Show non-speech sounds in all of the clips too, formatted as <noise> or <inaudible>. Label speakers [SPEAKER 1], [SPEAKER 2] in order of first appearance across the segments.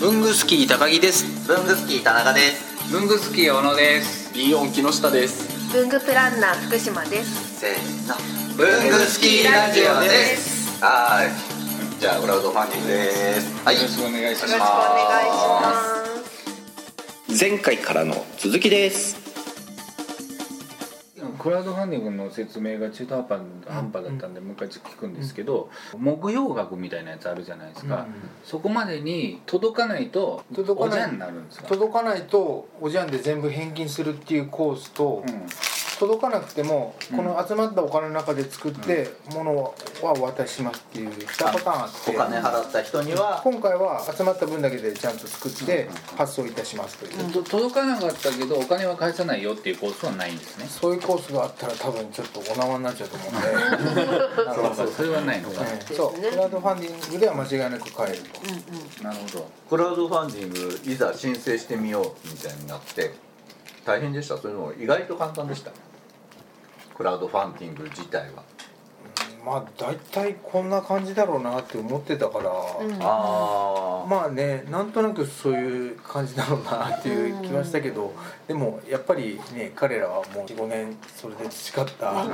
[SPEAKER 1] 文具スキー高木です
[SPEAKER 2] 文具スキー田中です
[SPEAKER 3] 文具スキー小野です
[SPEAKER 4] ビヨン木下です
[SPEAKER 5] 文具プランナー福島です
[SPEAKER 2] せーの文具スキーラジオですはーいじゃあクラウドファンディングですはい
[SPEAKER 3] よろしくお願いしま
[SPEAKER 5] よろしくお
[SPEAKER 3] す
[SPEAKER 5] 願いします
[SPEAKER 6] 前回からの続きです
[SPEAKER 7] クラウドファンディングの説明が中途半端半端だったんで、もう一回聞くんですけど、木曜学みたいなやつあるじゃないですか、そこまでに届かないと
[SPEAKER 8] 届かな
[SPEAKER 7] おじ
[SPEAKER 8] い
[SPEAKER 7] ゃんになるんですか、
[SPEAKER 8] 届かないとおじゃんで全部返金するっていうコースと、
[SPEAKER 7] う
[SPEAKER 8] 届かなくても
[SPEAKER 7] うん
[SPEAKER 8] この集まったお金の中で作ってものはお渡ししますっていう2パターンあって
[SPEAKER 2] お金払った人には
[SPEAKER 8] 今回は集まった分だけでちゃんと作って発送いたしますという、
[SPEAKER 7] んと届かなかったけどお金は返さないよっていうコースはないんですね
[SPEAKER 8] そういうコースがあったら多分ちょっとお縄になっちゃうと思うんでなるほど
[SPEAKER 7] そうそれはないのか、
[SPEAKER 8] うんそうクラウドファンディングでは間違いなく買えると
[SPEAKER 7] なるほど
[SPEAKER 2] クラウドファンディングいざ申請してみようみたいになって大変でしたそれも意外と簡単でしたクラウドファンディング自体は
[SPEAKER 8] まあ大体こんな感じだろうなって思ってたから、
[SPEAKER 5] <laughs> うん
[SPEAKER 2] あ
[SPEAKER 8] まあねなんとなくそういう感じだろうなっていう気はしたけど、でもやっぱりね彼らはもう45年それで培った、あ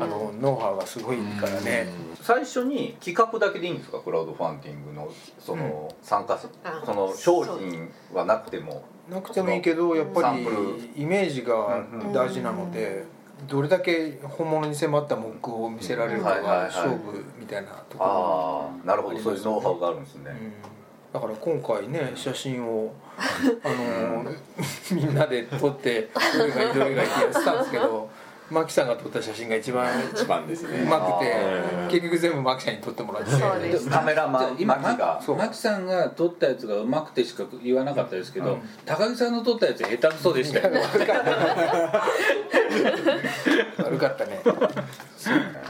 [SPEAKER 8] のノウハウがすごいからね、
[SPEAKER 2] 最初に企画だけでいいんですかクラウドファンディングのその参加す、
[SPEAKER 5] あ
[SPEAKER 2] その商品はなくても
[SPEAKER 8] なくてもいいけどやっぱ
[SPEAKER 2] サンプ
[SPEAKER 8] りイメージが大事なので、どれだけ本物に迫った目標を見せられるか
[SPEAKER 2] うんはいはいは
[SPEAKER 8] が
[SPEAKER 2] い
[SPEAKER 8] 勝負みたいなところ、
[SPEAKER 2] ああなるほどそういうノウハウがあるんですね、
[SPEAKER 8] うんだから今回ね写
[SPEAKER 5] <laughs>
[SPEAKER 8] 真をあのーみんなで撮ってどれがいいどれがいいってやってたんですけどマキさんが撮った写真が一番
[SPEAKER 4] 一番です
[SPEAKER 8] う
[SPEAKER 4] ね
[SPEAKER 8] まくて結局全部マキさんに撮ってもらって
[SPEAKER 5] そうです
[SPEAKER 2] カメラ
[SPEAKER 7] じゃ
[SPEAKER 2] マ
[SPEAKER 7] あ
[SPEAKER 2] ン
[SPEAKER 7] 今
[SPEAKER 2] マ
[SPEAKER 7] マ
[SPEAKER 2] キが
[SPEAKER 7] キマキさんが撮ったやつがうまくてしか言わなかったですけど、高木さんの撮ったやつ下手くそでしたよ
[SPEAKER 8] 悪かったね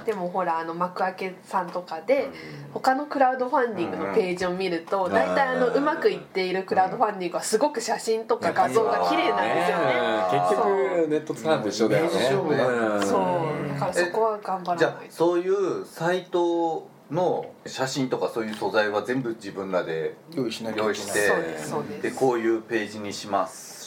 [SPEAKER 5] でもほらあの幕開けさんとかで他のクラウドファンディングのページを見ると大体あの
[SPEAKER 2] うん
[SPEAKER 5] うまくいっているクラウドファンディングはすごく写真とか画像が綺麗なんです
[SPEAKER 4] 結
[SPEAKER 5] よね
[SPEAKER 4] 局ネットつながると一緒だよね
[SPEAKER 8] そう
[SPEAKER 4] うん
[SPEAKER 5] そうだからそこは頑張
[SPEAKER 2] じゃ
[SPEAKER 5] ら
[SPEAKER 2] あ
[SPEAKER 5] ないと
[SPEAKER 2] そういうサイトの写真とかそういう素材は全部自分らで
[SPEAKER 8] 用意しなきゃいけない
[SPEAKER 2] 用意して
[SPEAKER 5] そうですそう
[SPEAKER 2] で
[SPEAKER 5] です
[SPEAKER 2] こういうページにします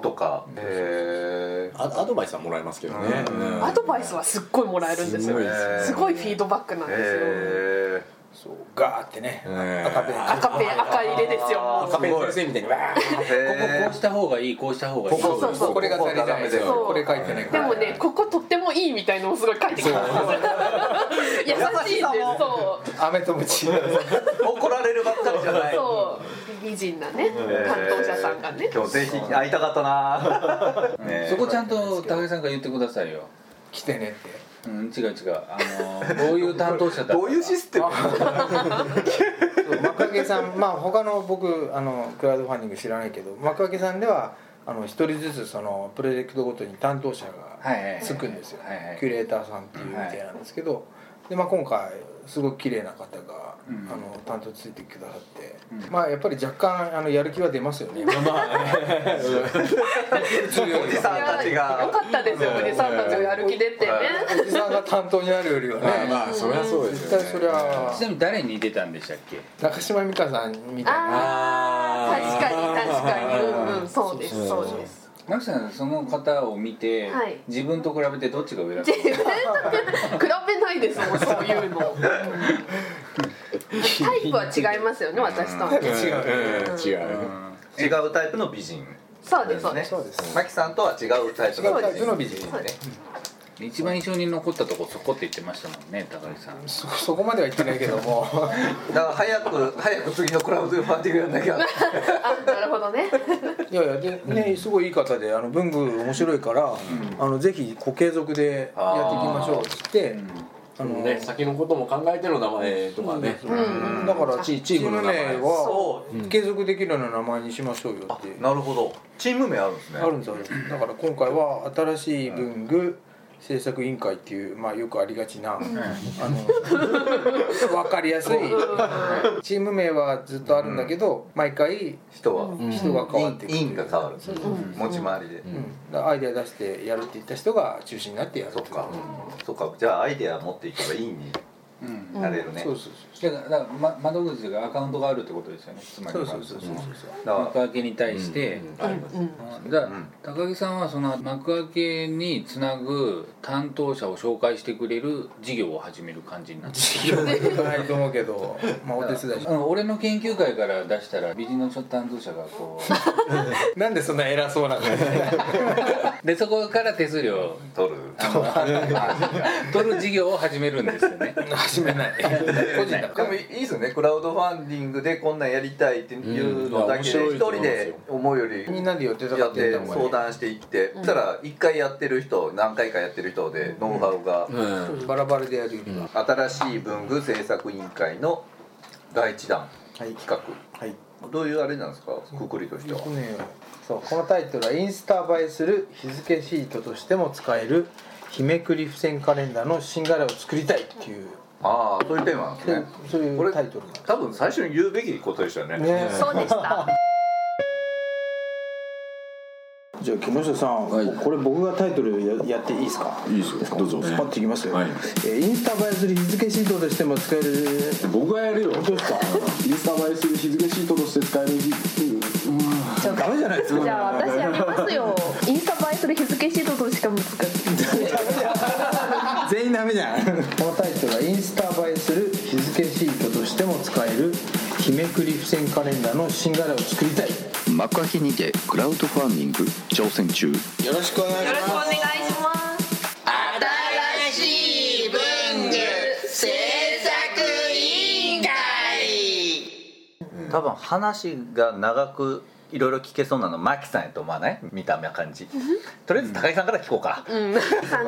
[SPEAKER 2] とかへえ
[SPEAKER 4] あアドバイスはもらえますけどねうん
[SPEAKER 5] アドバイスはすっごいもらえるんですよ
[SPEAKER 4] すごいです
[SPEAKER 2] ね
[SPEAKER 5] すごいフィードバックなんですよ
[SPEAKER 2] へ
[SPEAKER 8] そうガーってね
[SPEAKER 4] うん
[SPEAKER 8] 赤ペン
[SPEAKER 5] 赤ペン赤入れですよもう
[SPEAKER 4] 赤ペン先生みたいにわー
[SPEAKER 7] こここうした方がいいこうした方がいい
[SPEAKER 5] そうそうそう
[SPEAKER 8] これが足りない
[SPEAKER 2] そう
[SPEAKER 8] これ書いてない
[SPEAKER 5] でもねこことってもいいみたいのもすごい書いてきます <laughs> 優しいんでそう
[SPEAKER 8] アメとムチは
[SPEAKER 2] 怒られるばっかりじゃない
[SPEAKER 5] そう美人なね担当者さんがね
[SPEAKER 2] 今日ぜひ会いたかったな
[SPEAKER 8] <laughs>
[SPEAKER 2] ねえ
[SPEAKER 7] そこちゃんと高木さんが言ってくださいよ
[SPEAKER 8] 来てねって
[SPEAKER 7] うん違う違うあのーどういう担当者だったか
[SPEAKER 2] どういうシステム
[SPEAKER 8] そう幕開けさ <laughs> んまあ他の僕あのクラウドファンディング知らないけど幕開けさんではあの一人ずつそのプロジェクトごとに担当者
[SPEAKER 7] はいはいは
[SPEAKER 8] が
[SPEAKER 7] い
[SPEAKER 8] つくんですよ
[SPEAKER 7] はいはい
[SPEAKER 8] キュレーターさんっていうみたいなんですけど、でまあ、今回すごく綺麗な方が、
[SPEAKER 7] うん
[SPEAKER 8] あの担当ついてくださって、
[SPEAKER 7] うん
[SPEAKER 8] まあやっぱり若干あのやる気は出ます
[SPEAKER 7] <laughs>
[SPEAKER 8] よね。
[SPEAKER 2] おじさんたち
[SPEAKER 5] よ
[SPEAKER 2] が
[SPEAKER 5] かったですよおじさんたちがやる気出てね
[SPEAKER 8] おじさんが担当になるよりはね、
[SPEAKER 4] まあまあそりゃそうです
[SPEAKER 8] 絶
[SPEAKER 4] よ
[SPEAKER 8] 対
[SPEAKER 4] ね
[SPEAKER 8] そりゃ
[SPEAKER 7] ちなみに誰に出たんでしたっけ
[SPEAKER 8] 中島美嘉さんみたいな
[SPEAKER 5] あー確かに確かにうんうんそうです
[SPEAKER 4] そ
[SPEAKER 5] そううです
[SPEAKER 7] マキさんその方を見て、
[SPEAKER 5] はい
[SPEAKER 7] 自分と比べてどっちが上だっ
[SPEAKER 5] 全然比べないです <laughs> もんそういうのタイプは違いますよね私とは
[SPEAKER 4] うん
[SPEAKER 8] 違う
[SPEAKER 4] うん違う
[SPEAKER 2] 違うタイプの美人
[SPEAKER 5] <laughs> そうですそうです
[SPEAKER 8] そうです
[SPEAKER 2] マキさんとは違うタイプ
[SPEAKER 8] 違うタイプの美
[SPEAKER 2] ね
[SPEAKER 8] 人
[SPEAKER 7] た一番印象に残ったとこそこって言ってましたもんね高木さん
[SPEAKER 8] そ <laughs> そこまでは言ってないけども
[SPEAKER 2] だから早く早く次のクラウドファンディングやんなきゃ
[SPEAKER 5] あなるほ <laughs> どね
[SPEAKER 8] いやいやでねすごいいい方であの文具面白いから、あのぜひご継続でやっていきましょうっつってあの、
[SPEAKER 4] ね先のことも考えての名前とかね
[SPEAKER 5] うん
[SPEAKER 8] だからチ
[SPEAKER 4] チームの名前
[SPEAKER 8] チーム名は継続できるような名前にしましょうよって
[SPEAKER 2] なるほどチーム名あるんですね
[SPEAKER 8] あるんですよだから今回は新しい文具制作委員会っていう、まあ、よくありがちな、あの分かりやすいチーム名はずっとあるんだけど、毎回
[SPEAKER 2] 人は
[SPEAKER 8] 人が変わっていく
[SPEAKER 2] 委員が変わる持ち回りで
[SPEAKER 8] うんだからアイデア出してやるって言った人が中心になってやる
[SPEAKER 2] そっかそっかじゃあアイデア持っていけば委員に
[SPEAKER 7] うん
[SPEAKER 2] なれれるね
[SPEAKER 8] そうそう
[SPEAKER 7] だからだからま窓口がアカウントがあるってことですよねつまり
[SPEAKER 8] そう
[SPEAKER 7] は
[SPEAKER 8] そうそうそうそうそう
[SPEAKER 2] だ
[SPEAKER 7] 幕
[SPEAKER 2] か
[SPEAKER 7] 開けに対して、
[SPEAKER 2] らあります
[SPEAKER 7] うんだから高木さんはその幕開けにつなぐ担当者を紹介してくれる事業を始める感じになって
[SPEAKER 8] ないと思うけどまあお手伝いし
[SPEAKER 7] うん俺の研究会から出したら美人の担当者がこう
[SPEAKER 8] なんでそんな偉そうな感じ
[SPEAKER 7] でそこから手数料
[SPEAKER 2] 取る
[SPEAKER 7] あの <laughs> 取る事業を始めるんですよね
[SPEAKER 8] 始めない個人だ
[SPEAKER 2] でもいいですよねクラウドファンディングでこんなんやりたいっていうのだけ
[SPEAKER 4] うん
[SPEAKER 2] で
[SPEAKER 4] い
[SPEAKER 2] 一
[SPEAKER 4] や面白いと思います
[SPEAKER 2] 人で
[SPEAKER 4] よ
[SPEAKER 2] 思うより
[SPEAKER 8] <laughs> みんなで予定と
[SPEAKER 2] や
[SPEAKER 8] か
[SPEAKER 2] っ
[SPEAKER 8] って
[SPEAKER 2] て
[SPEAKER 8] たもん
[SPEAKER 2] 相談していってそしたら1回やってる人何回かやってる人でノウハウが
[SPEAKER 4] うん
[SPEAKER 8] バラバラでやるよりは
[SPEAKER 2] 新しい文具制作委員会の第一弾
[SPEAKER 8] はい
[SPEAKER 2] 企画
[SPEAKER 8] はい
[SPEAKER 2] どういうあれなんですかくくりとしては
[SPEAKER 8] こねそうこのタイトルはインスタ映えする日付シートとしても使える日めくり付箋カレンダーの新柄を作りたいっていう
[SPEAKER 2] ああそういうテーマなんですね
[SPEAKER 8] そうい
[SPEAKER 2] これ
[SPEAKER 8] うタイトル
[SPEAKER 2] 多分最初に言うべきことでしたよね
[SPEAKER 8] ね
[SPEAKER 5] そうでした
[SPEAKER 9] じゃあ木下さん、
[SPEAKER 4] はい
[SPEAKER 9] これ僕がタイトルややっていいですか
[SPEAKER 4] いいですよどうぞ
[SPEAKER 9] スパッといきますよ、
[SPEAKER 4] はい
[SPEAKER 9] えーインスタ映えする日付シートとしても使える
[SPEAKER 4] 僕がやるよ
[SPEAKER 9] どうですか
[SPEAKER 4] インスタ映えする日付シートとして使える日うん
[SPEAKER 9] ダメじゃないですか
[SPEAKER 5] じゃあ私やりますよインスタ映えする日付シートとしか難しい
[SPEAKER 9] 全員ダメじゃん
[SPEAKER 8] このタイトルはインスタ映えする日付シートとしても使える日めくり付箋カレンダーの新柄を作りたい
[SPEAKER 6] 幕開けにてクラウドファンディング挑戦中
[SPEAKER 9] よろしくお願いします
[SPEAKER 5] 願いします
[SPEAKER 2] 多分話が長くいろいろ聞けそうなのマキさんやと思わない見た目は感じとりあえず高井さんから聞こうか、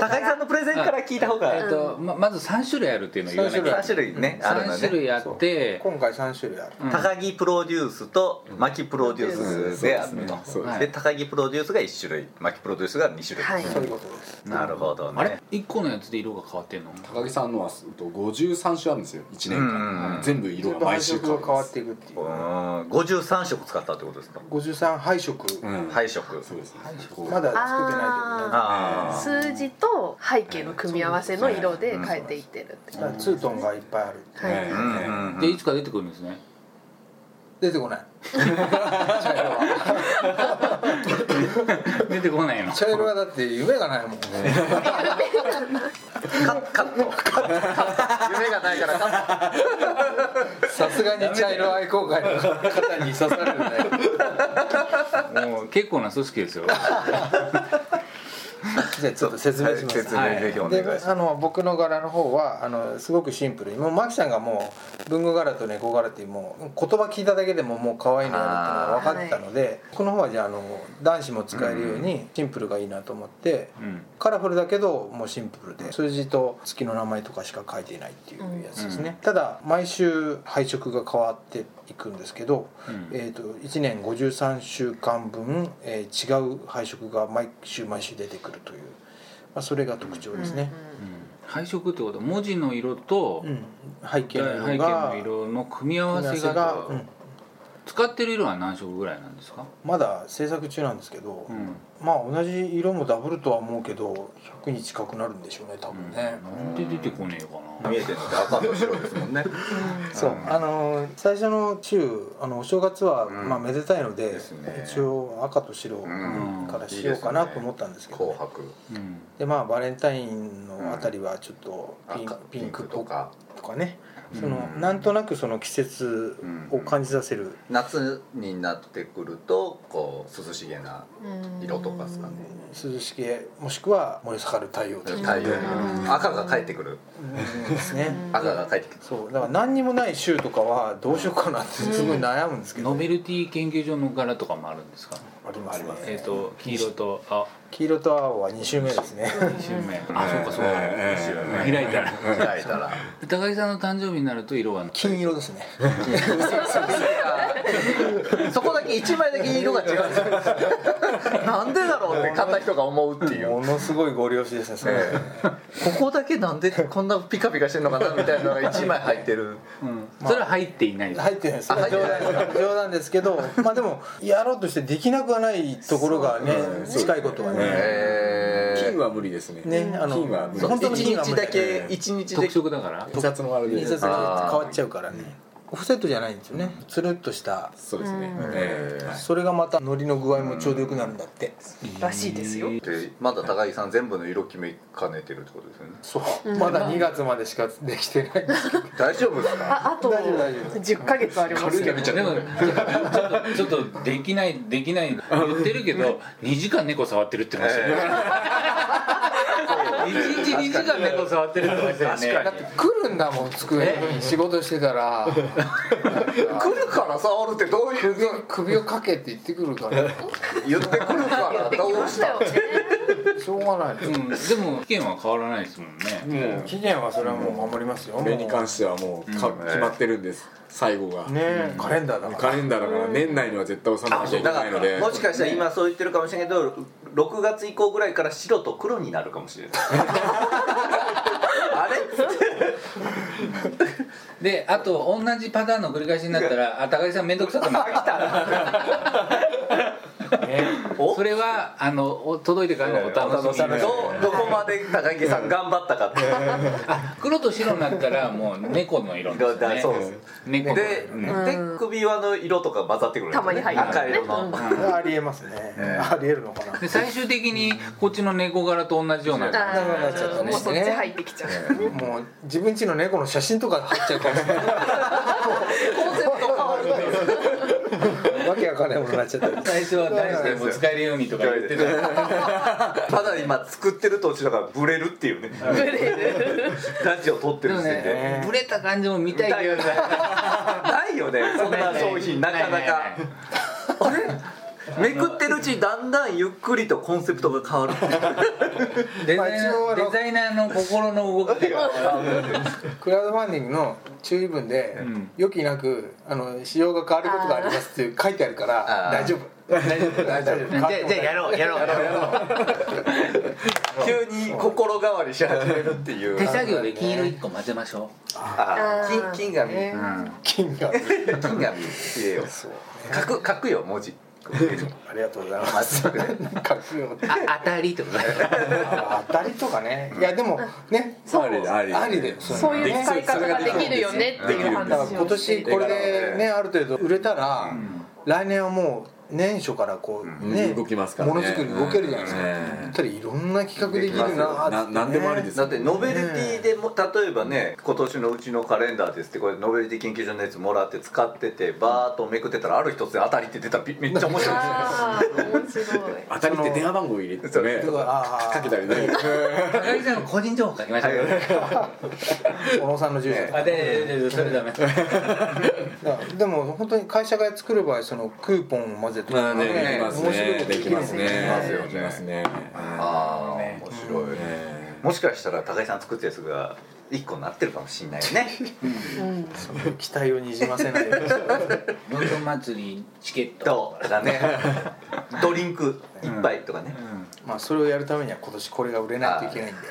[SPEAKER 2] 高井さんのプレゼンから聞いた方が、
[SPEAKER 7] えっとままず3種類あるっていうのを言わなきゃいけない
[SPEAKER 2] 3種類ねあるの
[SPEAKER 7] 3種
[SPEAKER 2] ね
[SPEAKER 7] 類あって
[SPEAKER 8] 今回3種類ある
[SPEAKER 2] 高木プロデュースと牧プロデュースであると、
[SPEAKER 4] そう
[SPEAKER 7] ですね
[SPEAKER 2] で高木プロデュースが1種類牧プロデュースが2種類、
[SPEAKER 5] はい
[SPEAKER 8] そういうことです
[SPEAKER 2] なるほどね
[SPEAKER 7] あれ1個のやつで色が変わってんの
[SPEAKER 4] 高木さんのはうんと53種あるんですよ1年
[SPEAKER 2] うん
[SPEAKER 4] 間全部色が毎週変
[SPEAKER 8] 配色が変
[SPEAKER 4] わ
[SPEAKER 8] わ
[SPEAKER 4] っ
[SPEAKER 8] ってていくっていうう
[SPEAKER 2] ーん53色使ったってことですか
[SPEAKER 8] 53配色
[SPEAKER 2] 配色
[SPEAKER 4] そうですねこう
[SPEAKER 8] まだ作ってないけどね
[SPEAKER 2] ああ
[SPEAKER 5] 数字と背景の組み合わせの色で変えていってるって
[SPEAKER 8] だからツートンがいっぱいある
[SPEAKER 5] はい、
[SPEAKER 4] ね
[SPEAKER 2] うんうん
[SPEAKER 7] でいつか出てくるんですね
[SPEAKER 8] 出てこない
[SPEAKER 7] 出てこないの
[SPEAKER 8] 茶色はだって夢が <laughs> ないもんね
[SPEAKER 2] カカットカット夢がないからカッ
[SPEAKER 8] さすがに茶色愛好会の方に刺さるね
[SPEAKER 7] もう結構な組織ですよ
[SPEAKER 8] じゃあちょっと説明し
[SPEAKER 2] はい
[SPEAKER 8] ます
[SPEAKER 2] 説明ぜひお願いします
[SPEAKER 8] であの僕の柄の方はあのすごくシンプルにもうマキさんがもう文具柄と猫柄っていうもう言葉聞いただけでももう可愛いのやるっていうのが分かってたのでこの方はじゃああの男子も使えるようにシンプルがいいなと思って、
[SPEAKER 7] ん
[SPEAKER 8] カラフルだけどもうシンプルで数字と月の名前とかしか書いていないっていうやつですね、ただ毎週配色が変わっていくんですけど、えー、と1年53週間分、えー違う配色が毎週毎週出てくるという、まあ、それが特徴ですね、
[SPEAKER 7] 配色ってことは文字の色と
[SPEAKER 8] うん背景
[SPEAKER 7] 背景
[SPEAKER 8] の色が
[SPEAKER 7] の色の組み合わせ
[SPEAKER 8] が
[SPEAKER 7] が
[SPEAKER 8] うん
[SPEAKER 7] 使ってる色は何色ぐらいなんですか
[SPEAKER 8] まだ制作中なんですけど、
[SPEAKER 7] うん
[SPEAKER 8] まあ同じ色もダブルとは思うけど100に近くなるんでしょうね多分ね、
[SPEAKER 7] なんで出てこねえか
[SPEAKER 2] ト
[SPEAKER 7] な
[SPEAKER 2] 見えてるのって赤と白ですもんね
[SPEAKER 8] そうあのー最初の週あのお正月は、まあ、めでたいので
[SPEAKER 2] ですね
[SPEAKER 8] 一応赤と白からしようかなと思ったんですけど、
[SPEAKER 2] 紅白
[SPEAKER 7] うん
[SPEAKER 8] でまあバレンタインのあたりはちょっとピン,、
[SPEAKER 2] 赤
[SPEAKER 8] ピンクっ
[SPEAKER 2] と
[SPEAKER 8] ぽく
[SPEAKER 2] か
[SPEAKER 8] とかねそのなんとなくその季節を感じさせる、
[SPEAKER 2] 夏になってくるとこう涼しげな色とかですかね
[SPEAKER 8] 涼しげもしくは燃え盛る太陽とか
[SPEAKER 2] 太陽赤が帰ってくる
[SPEAKER 8] ですね、
[SPEAKER 2] 赤が帰ってくる
[SPEAKER 8] そうだから何にもない週とかはどうしようかなってすごい悩むんですけど、
[SPEAKER 7] ノベルティ研究所の柄とかもあるんですか
[SPEAKER 8] ありますね
[SPEAKER 7] えっと黄色とあ
[SPEAKER 8] 黄色と青は2週目ですね
[SPEAKER 7] 2周目あそうかそうか開いたら
[SPEAKER 2] 開いたら
[SPEAKER 7] 高木さんの誕生日になると色は
[SPEAKER 8] 金色ですね
[SPEAKER 2] そこだけ一枚だけ色が違うんですよなんでだろうって買った人が思うっていう
[SPEAKER 8] ものすごいご利用しですねそれ
[SPEAKER 2] ええここだけなんでこんなピカピカしてるのかなみたいなのが一枚入ってる
[SPEAKER 7] うんそれは入っていない
[SPEAKER 8] 入ってないです
[SPEAKER 2] あ入って
[SPEAKER 8] 冗
[SPEAKER 2] ない
[SPEAKER 8] 談冗談ですけどまあでもやろうとしてできなくはないところがね近いことはね
[SPEAKER 2] えー
[SPEAKER 10] 金は無理ですね
[SPEAKER 8] ねあの
[SPEAKER 10] 金は無理
[SPEAKER 8] 本当
[SPEAKER 2] <laughs>
[SPEAKER 8] の
[SPEAKER 2] 一
[SPEAKER 8] 金は無
[SPEAKER 2] 日
[SPEAKER 8] 理
[SPEAKER 2] だけ一日だ
[SPEAKER 7] 特
[SPEAKER 2] け
[SPEAKER 7] 色だから
[SPEAKER 10] 印刷もあれで
[SPEAKER 8] 印刷が変わっちゃうからねオフセットじゃないんですよねつるっとした
[SPEAKER 10] そうですね
[SPEAKER 2] えー
[SPEAKER 8] それがまた海苔の具合もちょうどよくなるんだって
[SPEAKER 5] らしいですよ
[SPEAKER 2] でまだ高木さん全部の色決め兼ねてるってことですよね
[SPEAKER 8] そうまだ2月までしかできてないんですけど
[SPEAKER 2] 大丈夫ですか
[SPEAKER 5] ああと
[SPEAKER 8] 大丈夫大丈夫
[SPEAKER 5] 10ヶ月ありますけど
[SPEAKER 7] でもちょっとちょっとできないできない言ってるけど2時間猫触ってるって話よね1日2時間猫触ってるって話だよね
[SPEAKER 8] だって来るんだもん机に仕事して
[SPEAKER 2] <laughs>
[SPEAKER 8] たら
[SPEAKER 2] 来るから触るってどういう
[SPEAKER 8] 首首をかけって言ってくるから
[SPEAKER 2] 言ってくるか
[SPEAKER 5] や
[SPEAKER 2] ら
[SPEAKER 5] ってき
[SPEAKER 2] ど
[SPEAKER 5] ま
[SPEAKER 2] う
[SPEAKER 5] し
[SPEAKER 2] したた
[SPEAKER 5] よね
[SPEAKER 8] しょうがない
[SPEAKER 7] うんでも意見は変わらないですもんね
[SPEAKER 10] もう
[SPEAKER 8] 期限はそれはもう守りますよ
[SPEAKER 10] これに関してはもうか
[SPEAKER 2] ん
[SPEAKER 10] 決まってるんです最後が
[SPEAKER 8] ねカレンダーだか
[SPEAKER 10] カレンダーだから年内には絶対収めなきゃいけ
[SPEAKER 2] だ
[SPEAKER 10] な
[SPEAKER 2] か
[SPEAKER 10] いので
[SPEAKER 2] らもしかしたら今そう言ってるかもしれないけど6月以降ぐらいから白と黒になるかもしれないあれ
[SPEAKER 7] であと同じパターンの繰り返しになったらあ高木さん面倒くさくな <laughs> った
[SPEAKER 8] らね
[SPEAKER 2] お
[SPEAKER 7] それはあのお届いてからのお楽しみ
[SPEAKER 2] どどこまで高木さん頑張ったかって
[SPEAKER 7] あ黒と白になったらもう猫の色 <laughs> ですね
[SPEAKER 2] <laughs> そうです
[SPEAKER 7] 猫の
[SPEAKER 2] で,、で首輪の色とか混ざってくるんです
[SPEAKER 5] たまに入る
[SPEAKER 2] 赤色の、
[SPEAKER 8] これはありえますねありえるのかな
[SPEAKER 7] で最終的にこっちの猫柄と同じような
[SPEAKER 5] あーもうそっち入ってきちゃう
[SPEAKER 8] もう自分家の猫の写真とか入っちゃうかもしれない
[SPEAKER 5] コンセプト変わる
[SPEAKER 8] <laughs> わけわかんないものになっちゃった
[SPEAKER 7] 最初は大しても使えるようにとか言ってた
[SPEAKER 2] <laughs> ただ今作ってる途中だからブレるっていうね
[SPEAKER 5] ブレる
[SPEAKER 2] ラジオ撮って
[SPEAKER 7] で
[SPEAKER 2] る
[SPEAKER 7] も
[SPEAKER 2] 時点で、
[SPEAKER 7] ねブレた感じも見たいけどね
[SPEAKER 2] ないよねそんな商品なかなかあれめくってるうちにだんだんゆっくりとコンセプトが変わる
[SPEAKER 7] デ
[SPEAKER 8] まあ
[SPEAKER 7] ザイナ
[SPEAKER 8] 一応
[SPEAKER 7] ー
[SPEAKER 8] あの
[SPEAKER 7] デザイナーの心の動 <laughs> きが
[SPEAKER 8] クラウドファンディングの注意文で
[SPEAKER 7] ん
[SPEAKER 8] 「良きなくあの仕様が変わることがあります」ってい
[SPEAKER 10] <laughs>
[SPEAKER 8] う書いてあるから
[SPEAKER 2] あー
[SPEAKER 8] 大丈夫大丈夫大丈夫
[SPEAKER 7] ろ <laughs> うやろう
[SPEAKER 2] 急に心変わりし始めるっていう
[SPEAKER 7] 手作業で金色一個混ぜましょ
[SPEAKER 2] あー金金紙
[SPEAKER 7] う、う
[SPEAKER 8] 金が
[SPEAKER 2] 金紙入れよう書く書くよ文字
[SPEAKER 8] <laughs> ありがとうございます <laughs> 書くよ
[SPEAKER 7] ん、あ当たりとか
[SPEAKER 8] あ当たりとかねいやでもね
[SPEAKER 5] そう
[SPEAKER 10] あり
[SPEAKER 8] ありで
[SPEAKER 5] そういう使い方ができるよねっていう
[SPEAKER 8] だから
[SPEAKER 5] 話
[SPEAKER 8] 今
[SPEAKER 5] をして
[SPEAKER 8] 年
[SPEAKER 5] い
[SPEAKER 8] こ
[SPEAKER 5] て
[SPEAKER 8] れでねある程度売れたら来年はもう年初からこうね
[SPEAKER 10] うん動きますからね
[SPEAKER 8] ものづくり動けるじゃないですか
[SPEAKER 10] うん
[SPEAKER 8] やったらいろんな企画できるなーっつってね
[SPEAKER 10] ななんでもありです
[SPEAKER 2] だってノベルティでも例えばね今年のうちのカレンダーですってこれノベルティ研究所のやつもらって使っててバーっとめくってたらある一つで当たりって出
[SPEAKER 8] <laughs>
[SPEAKER 2] たらびめっちゃ面白いですよ
[SPEAKER 5] あー面白い
[SPEAKER 10] 当たりって電話番号入れてね
[SPEAKER 8] だからあー
[SPEAKER 10] かけたりね
[SPEAKER 7] 高木さんの個人情報書きましょう
[SPEAKER 8] 小野さんの住所
[SPEAKER 7] あでででそれダメ
[SPEAKER 8] だからでも本当に会社が作る場合そのクーポンを混ぜて
[SPEAKER 10] <laughs> まあねできます
[SPEAKER 8] 面白い
[SPEAKER 10] ね
[SPEAKER 8] こと
[SPEAKER 10] で
[SPEAKER 8] で
[SPEAKER 10] き
[SPEAKER 8] き
[SPEAKER 10] ますね
[SPEAKER 2] よね
[SPEAKER 10] できますね
[SPEAKER 2] ああ面白い、もしかしたら高井さん作ったやつが一個なってるかもしれないよ
[SPEAKER 8] <laughs>
[SPEAKER 2] ね
[SPEAKER 8] 期待をにじませないようにして
[SPEAKER 7] ロンドン祭りチケット
[SPEAKER 2] どうとかねドリンク一杯とかね、
[SPEAKER 8] まあそれをやるためには今年これが売れないといけないんで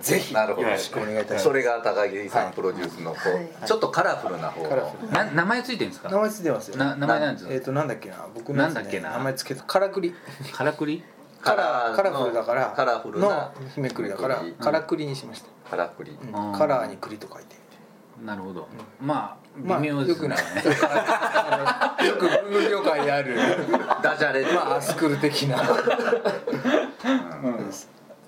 [SPEAKER 2] ぜひなるほど
[SPEAKER 8] よろしくお願いいたします
[SPEAKER 2] それが高木さんプロデュースのこう、
[SPEAKER 5] はい
[SPEAKER 2] ちょっとカラフルな方
[SPEAKER 8] カラフ
[SPEAKER 2] の
[SPEAKER 7] な名前ついてるんです
[SPEAKER 8] 名
[SPEAKER 7] か
[SPEAKER 8] 前ついてますよ
[SPEAKER 7] な名前なんです
[SPEAKER 8] えっ
[SPEAKER 7] か
[SPEAKER 8] となんだっけな僕のやつ
[SPEAKER 7] なんだっけ
[SPEAKER 8] ね
[SPEAKER 7] な
[SPEAKER 8] 名前つけたからくり
[SPEAKER 7] からくり
[SPEAKER 8] カラーカラフルだから
[SPEAKER 2] カラフルな
[SPEAKER 8] の日めくりだから
[SPEAKER 2] うん
[SPEAKER 8] からくりにしました
[SPEAKER 2] カラクリ、
[SPEAKER 7] あー
[SPEAKER 8] カラーに栗と書いて
[SPEAKER 7] なるほどま
[SPEAKER 8] ま
[SPEAKER 7] あ
[SPEAKER 8] あ
[SPEAKER 7] 微妙
[SPEAKER 8] よ
[SPEAKER 7] です
[SPEAKER 8] く
[SPEAKER 7] ね
[SPEAKER 8] ないよく文具業界である
[SPEAKER 2] ダジャレで、
[SPEAKER 8] まあアスクル的な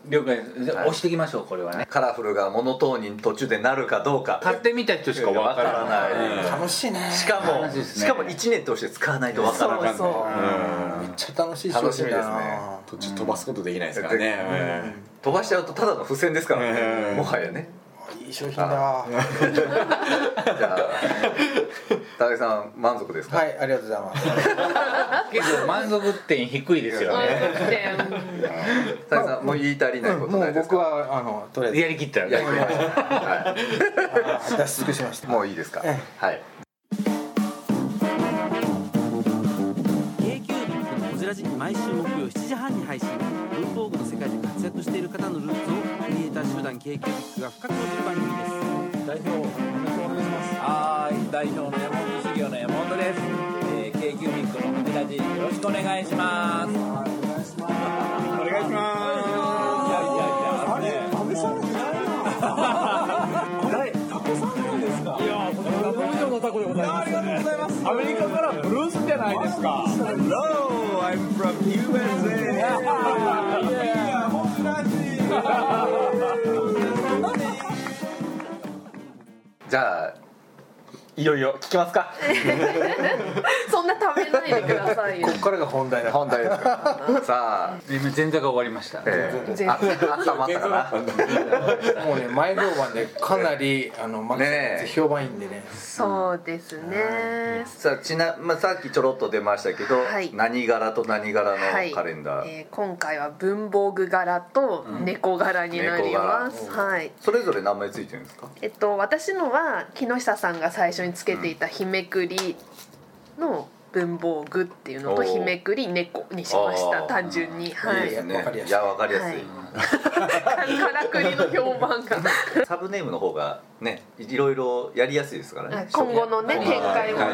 [SPEAKER 7] 了解ですじゃあ押していきましょうこれはね
[SPEAKER 2] カラフルがモノトーンに途中でなるかどうか
[SPEAKER 7] 買ってみた人しか
[SPEAKER 2] わ
[SPEAKER 7] わ
[SPEAKER 2] か
[SPEAKER 7] から
[SPEAKER 2] ら
[SPEAKER 7] ない
[SPEAKER 2] ない、
[SPEAKER 8] 楽しいね
[SPEAKER 2] しかも、
[SPEAKER 7] 楽しいですね
[SPEAKER 2] しかも1年通して使わないとわからない
[SPEAKER 5] そうそう
[SPEAKER 8] めっちゃ楽しい商
[SPEAKER 2] 楽し
[SPEAKER 8] 品
[SPEAKER 2] みで
[SPEAKER 8] だ
[SPEAKER 2] すね
[SPEAKER 8] な
[SPEAKER 10] 途中飛ばすことできないですからね
[SPEAKER 2] 飛ばしちゃうとただの付箋ですからね、
[SPEAKER 10] うん
[SPEAKER 2] もはやね
[SPEAKER 8] いい商品だ
[SPEAKER 2] じゃあ高井さん満足ですか、
[SPEAKER 8] はい、ありがとうございます。
[SPEAKER 7] 結構満足点低いですよね
[SPEAKER 5] うん
[SPEAKER 2] 高井さんもう言い足りないこと
[SPEAKER 8] も
[SPEAKER 2] な
[SPEAKER 8] う
[SPEAKER 2] いですか、
[SPEAKER 8] 僕はあのとりあえず
[SPEAKER 7] やりきったら
[SPEAKER 2] いやいやいやは
[SPEAKER 8] あ脱出しました。
[SPEAKER 2] いもういいですか
[SPEAKER 8] え
[SPEAKER 2] はい
[SPEAKER 11] k q b i c のこじらじ毎週木曜7時半に配信文房具の世界で活躍している方のルーツをクリエイター集団 k q b i c が深く落ちる番組です代表お願いしますはい代表の山本修行の山本です、えー、k q b i c のこじらじよろしくお願いしますお願いしますお願いします
[SPEAKER 9] いしますいやいやいやあれ食べされてないなタコさんなんですかいやありがとうございますアメリカからブルースじゃないですか Hello I'm from USA いやホンラ
[SPEAKER 2] じゃあいよいよ聞きますか
[SPEAKER 5] そんな食べないでくださいよ
[SPEAKER 8] こからが本題だ
[SPEAKER 2] 本題ですからさあ、
[SPEAKER 7] 今前座が終わりました、
[SPEAKER 2] え
[SPEAKER 5] 全
[SPEAKER 2] ー、
[SPEAKER 5] 然
[SPEAKER 2] あ温まったかな
[SPEAKER 8] もうね前評判でかなりあのマキさんのやつ
[SPEAKER 2] ねえ
[SPEAKER 8] 評判いいんでね
[SPEAKER 5] そうですね
[SPEAKER 2] さあちな、まあ、さっきちょろっと出ましたけど、
[SPEAKER 5] はい
[SPEAKER 2] 何柄と何柄
[SPEAKER 5] はい
[SPEAKER 2] のカレンダー、
[SPEAKER 5] えー今回は文房具柄と猫柄になります、はい
[SPEAKER 2] それぞれ名前ついてるんですか
[SPEAKER 5] えっと私のは木下さんが最初につけていた「日めくり」の文房具っていうのと「
[SPEAKER 2] おー
[SPEAKER 5] 日めくり猫」にしました
[SPEAKER 2] あー
[SPEAKER 5] 単純にはい
[SPEAKER 2] いですね
[SPEAKER 8] わかりやすい
[SPEAKER 2] やわかりやすい、
[SPEAKER 5] はいからくりの評
[SPEAKER 2] <laughs>
[SPEAKER 5] 判が
[SPEAKER 2] サブネームの方がねいろいろやりやすいですからね
[SPEAKER 5] 今後のね展開もね、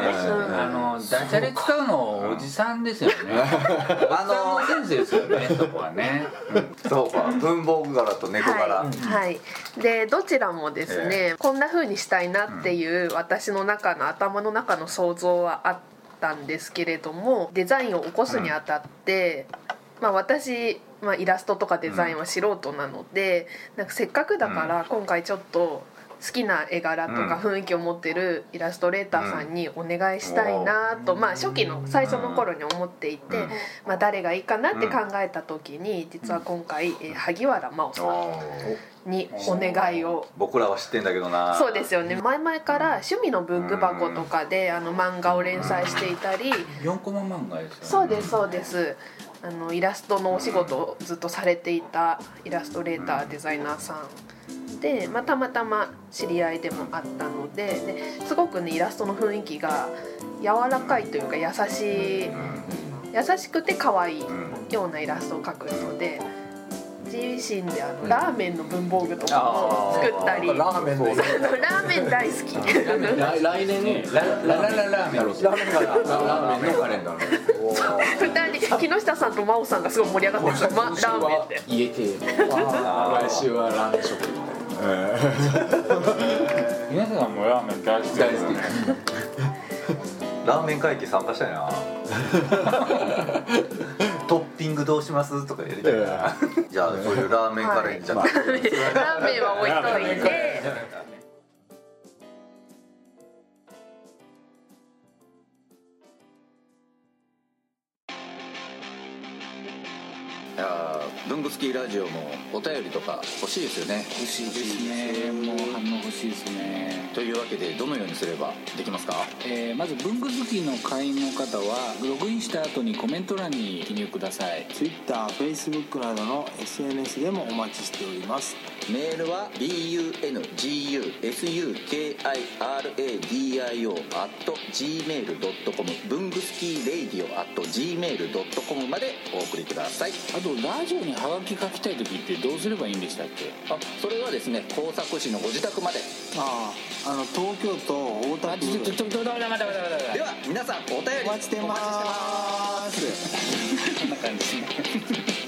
[SPEAKER 7] あのダジャレ使うのおじさんですよね。
[SPEAKER 2] あ
[SPEAKER 7] おじさんのセンスですよね、そこはね。うん
[SPEAKER 2] のそうか文房具柄と猫柄、
[SPEAKER 5] はい、はい、でどちらもですね、こんな風にしたいなっていう私の中の頭の中の想像はあったんですけれどもデザインを起こすにあたって、まあ私まあ、イラストとかデザインは素人なので、なんかせっかくだから今回ちょっと好きな絵柄とか雰囲気を持ってるイラストレーターさんにお願いしたいなと、まあ、初期の最初の頃に思っていて、
[SPEAKER 2] うん
[SPEAKER 5] まあ、誰がいいかなって考えた時に実は今回、えー萩原真央さんにお願いを
[SPEAKER 2] 僕らは知ってんだけどな
[SPEAKER 5] そうですよね前々から趣味の文具箱とかであの漫画を連載していたり
[SPEAKER 7] 四コマ漫画ですよね。
[SPEAKER 5] そうですそうですあのイラストのお仕事をずっとされていたイラストレーターデザイナーさんで、まあ、たまたま知り合いでもあったのでですごくねイラストの雰囲気が柔らかいというか優しい優しくて可愛いようなイラストを描くので自身であのラーメンの文房具とかも作ったり
[SPEAKER 8] ラーメンの色
[SPEAKER 5] あのラーメン大好き
[SPEAKER 10] 来来年ね
[SPEAKER 7] ラララララーメン。
[SPEAKER 8] ラーメンから
[SPEAKER 10] ラーメンのカレンダー
[SPEAKER 5] 二人木下さんと真央さんがすごい盛り上がってま <laughs> した、ま、ラーメンって
[SPEAKER 10] 言えて来週はラーメンショップみたいな
[SPEAKER 7] 皆さんもラーメン大好き
[SPEAKER 10] 大好き
[SPEAKER 2] ラーメン会議参加したいなトッピングどうしますとかやりたいなじゃあそういうラーメンカレーじゃあ、
[SPEAKER 5] ラーメンは置いといて
[SPEAKER 6] いやー文具好きラジオもお便りとか欲しいですよね
[SPEAKER 7] 欲しいですね。もう反応欲しいですね。
[SPEAKER 6] というわけでどのようにすればできますか
[SPEAKER 7] えーまず文具好きの会員の方はログインした後にコメント欄に記入ください。
[SPEAKER 9] TwitterFacebook などの SNS でもお待ちしております
[SPEAKER 6] メールは bungusukiradio.gmail.com 文具好き radio.gmail.com までお送りください
[SPEAKER 7] あとラジオにハガキ書きたい時ってどうすればいいんでしたっけ？
[SPEAKER 6] あそれはですね工作士のご自宅まで
[SPEAKER 9] あああの東京都大田
[SPEAKER 7] ちょっとちょっと待って待って待って待って
[SPEAKER 6] では皆さんお便り
[SPEAKER 9] お待ちしてます
[SPEAKER 6] お待ちしてます
[SPEAKER 7] こんな感じですね。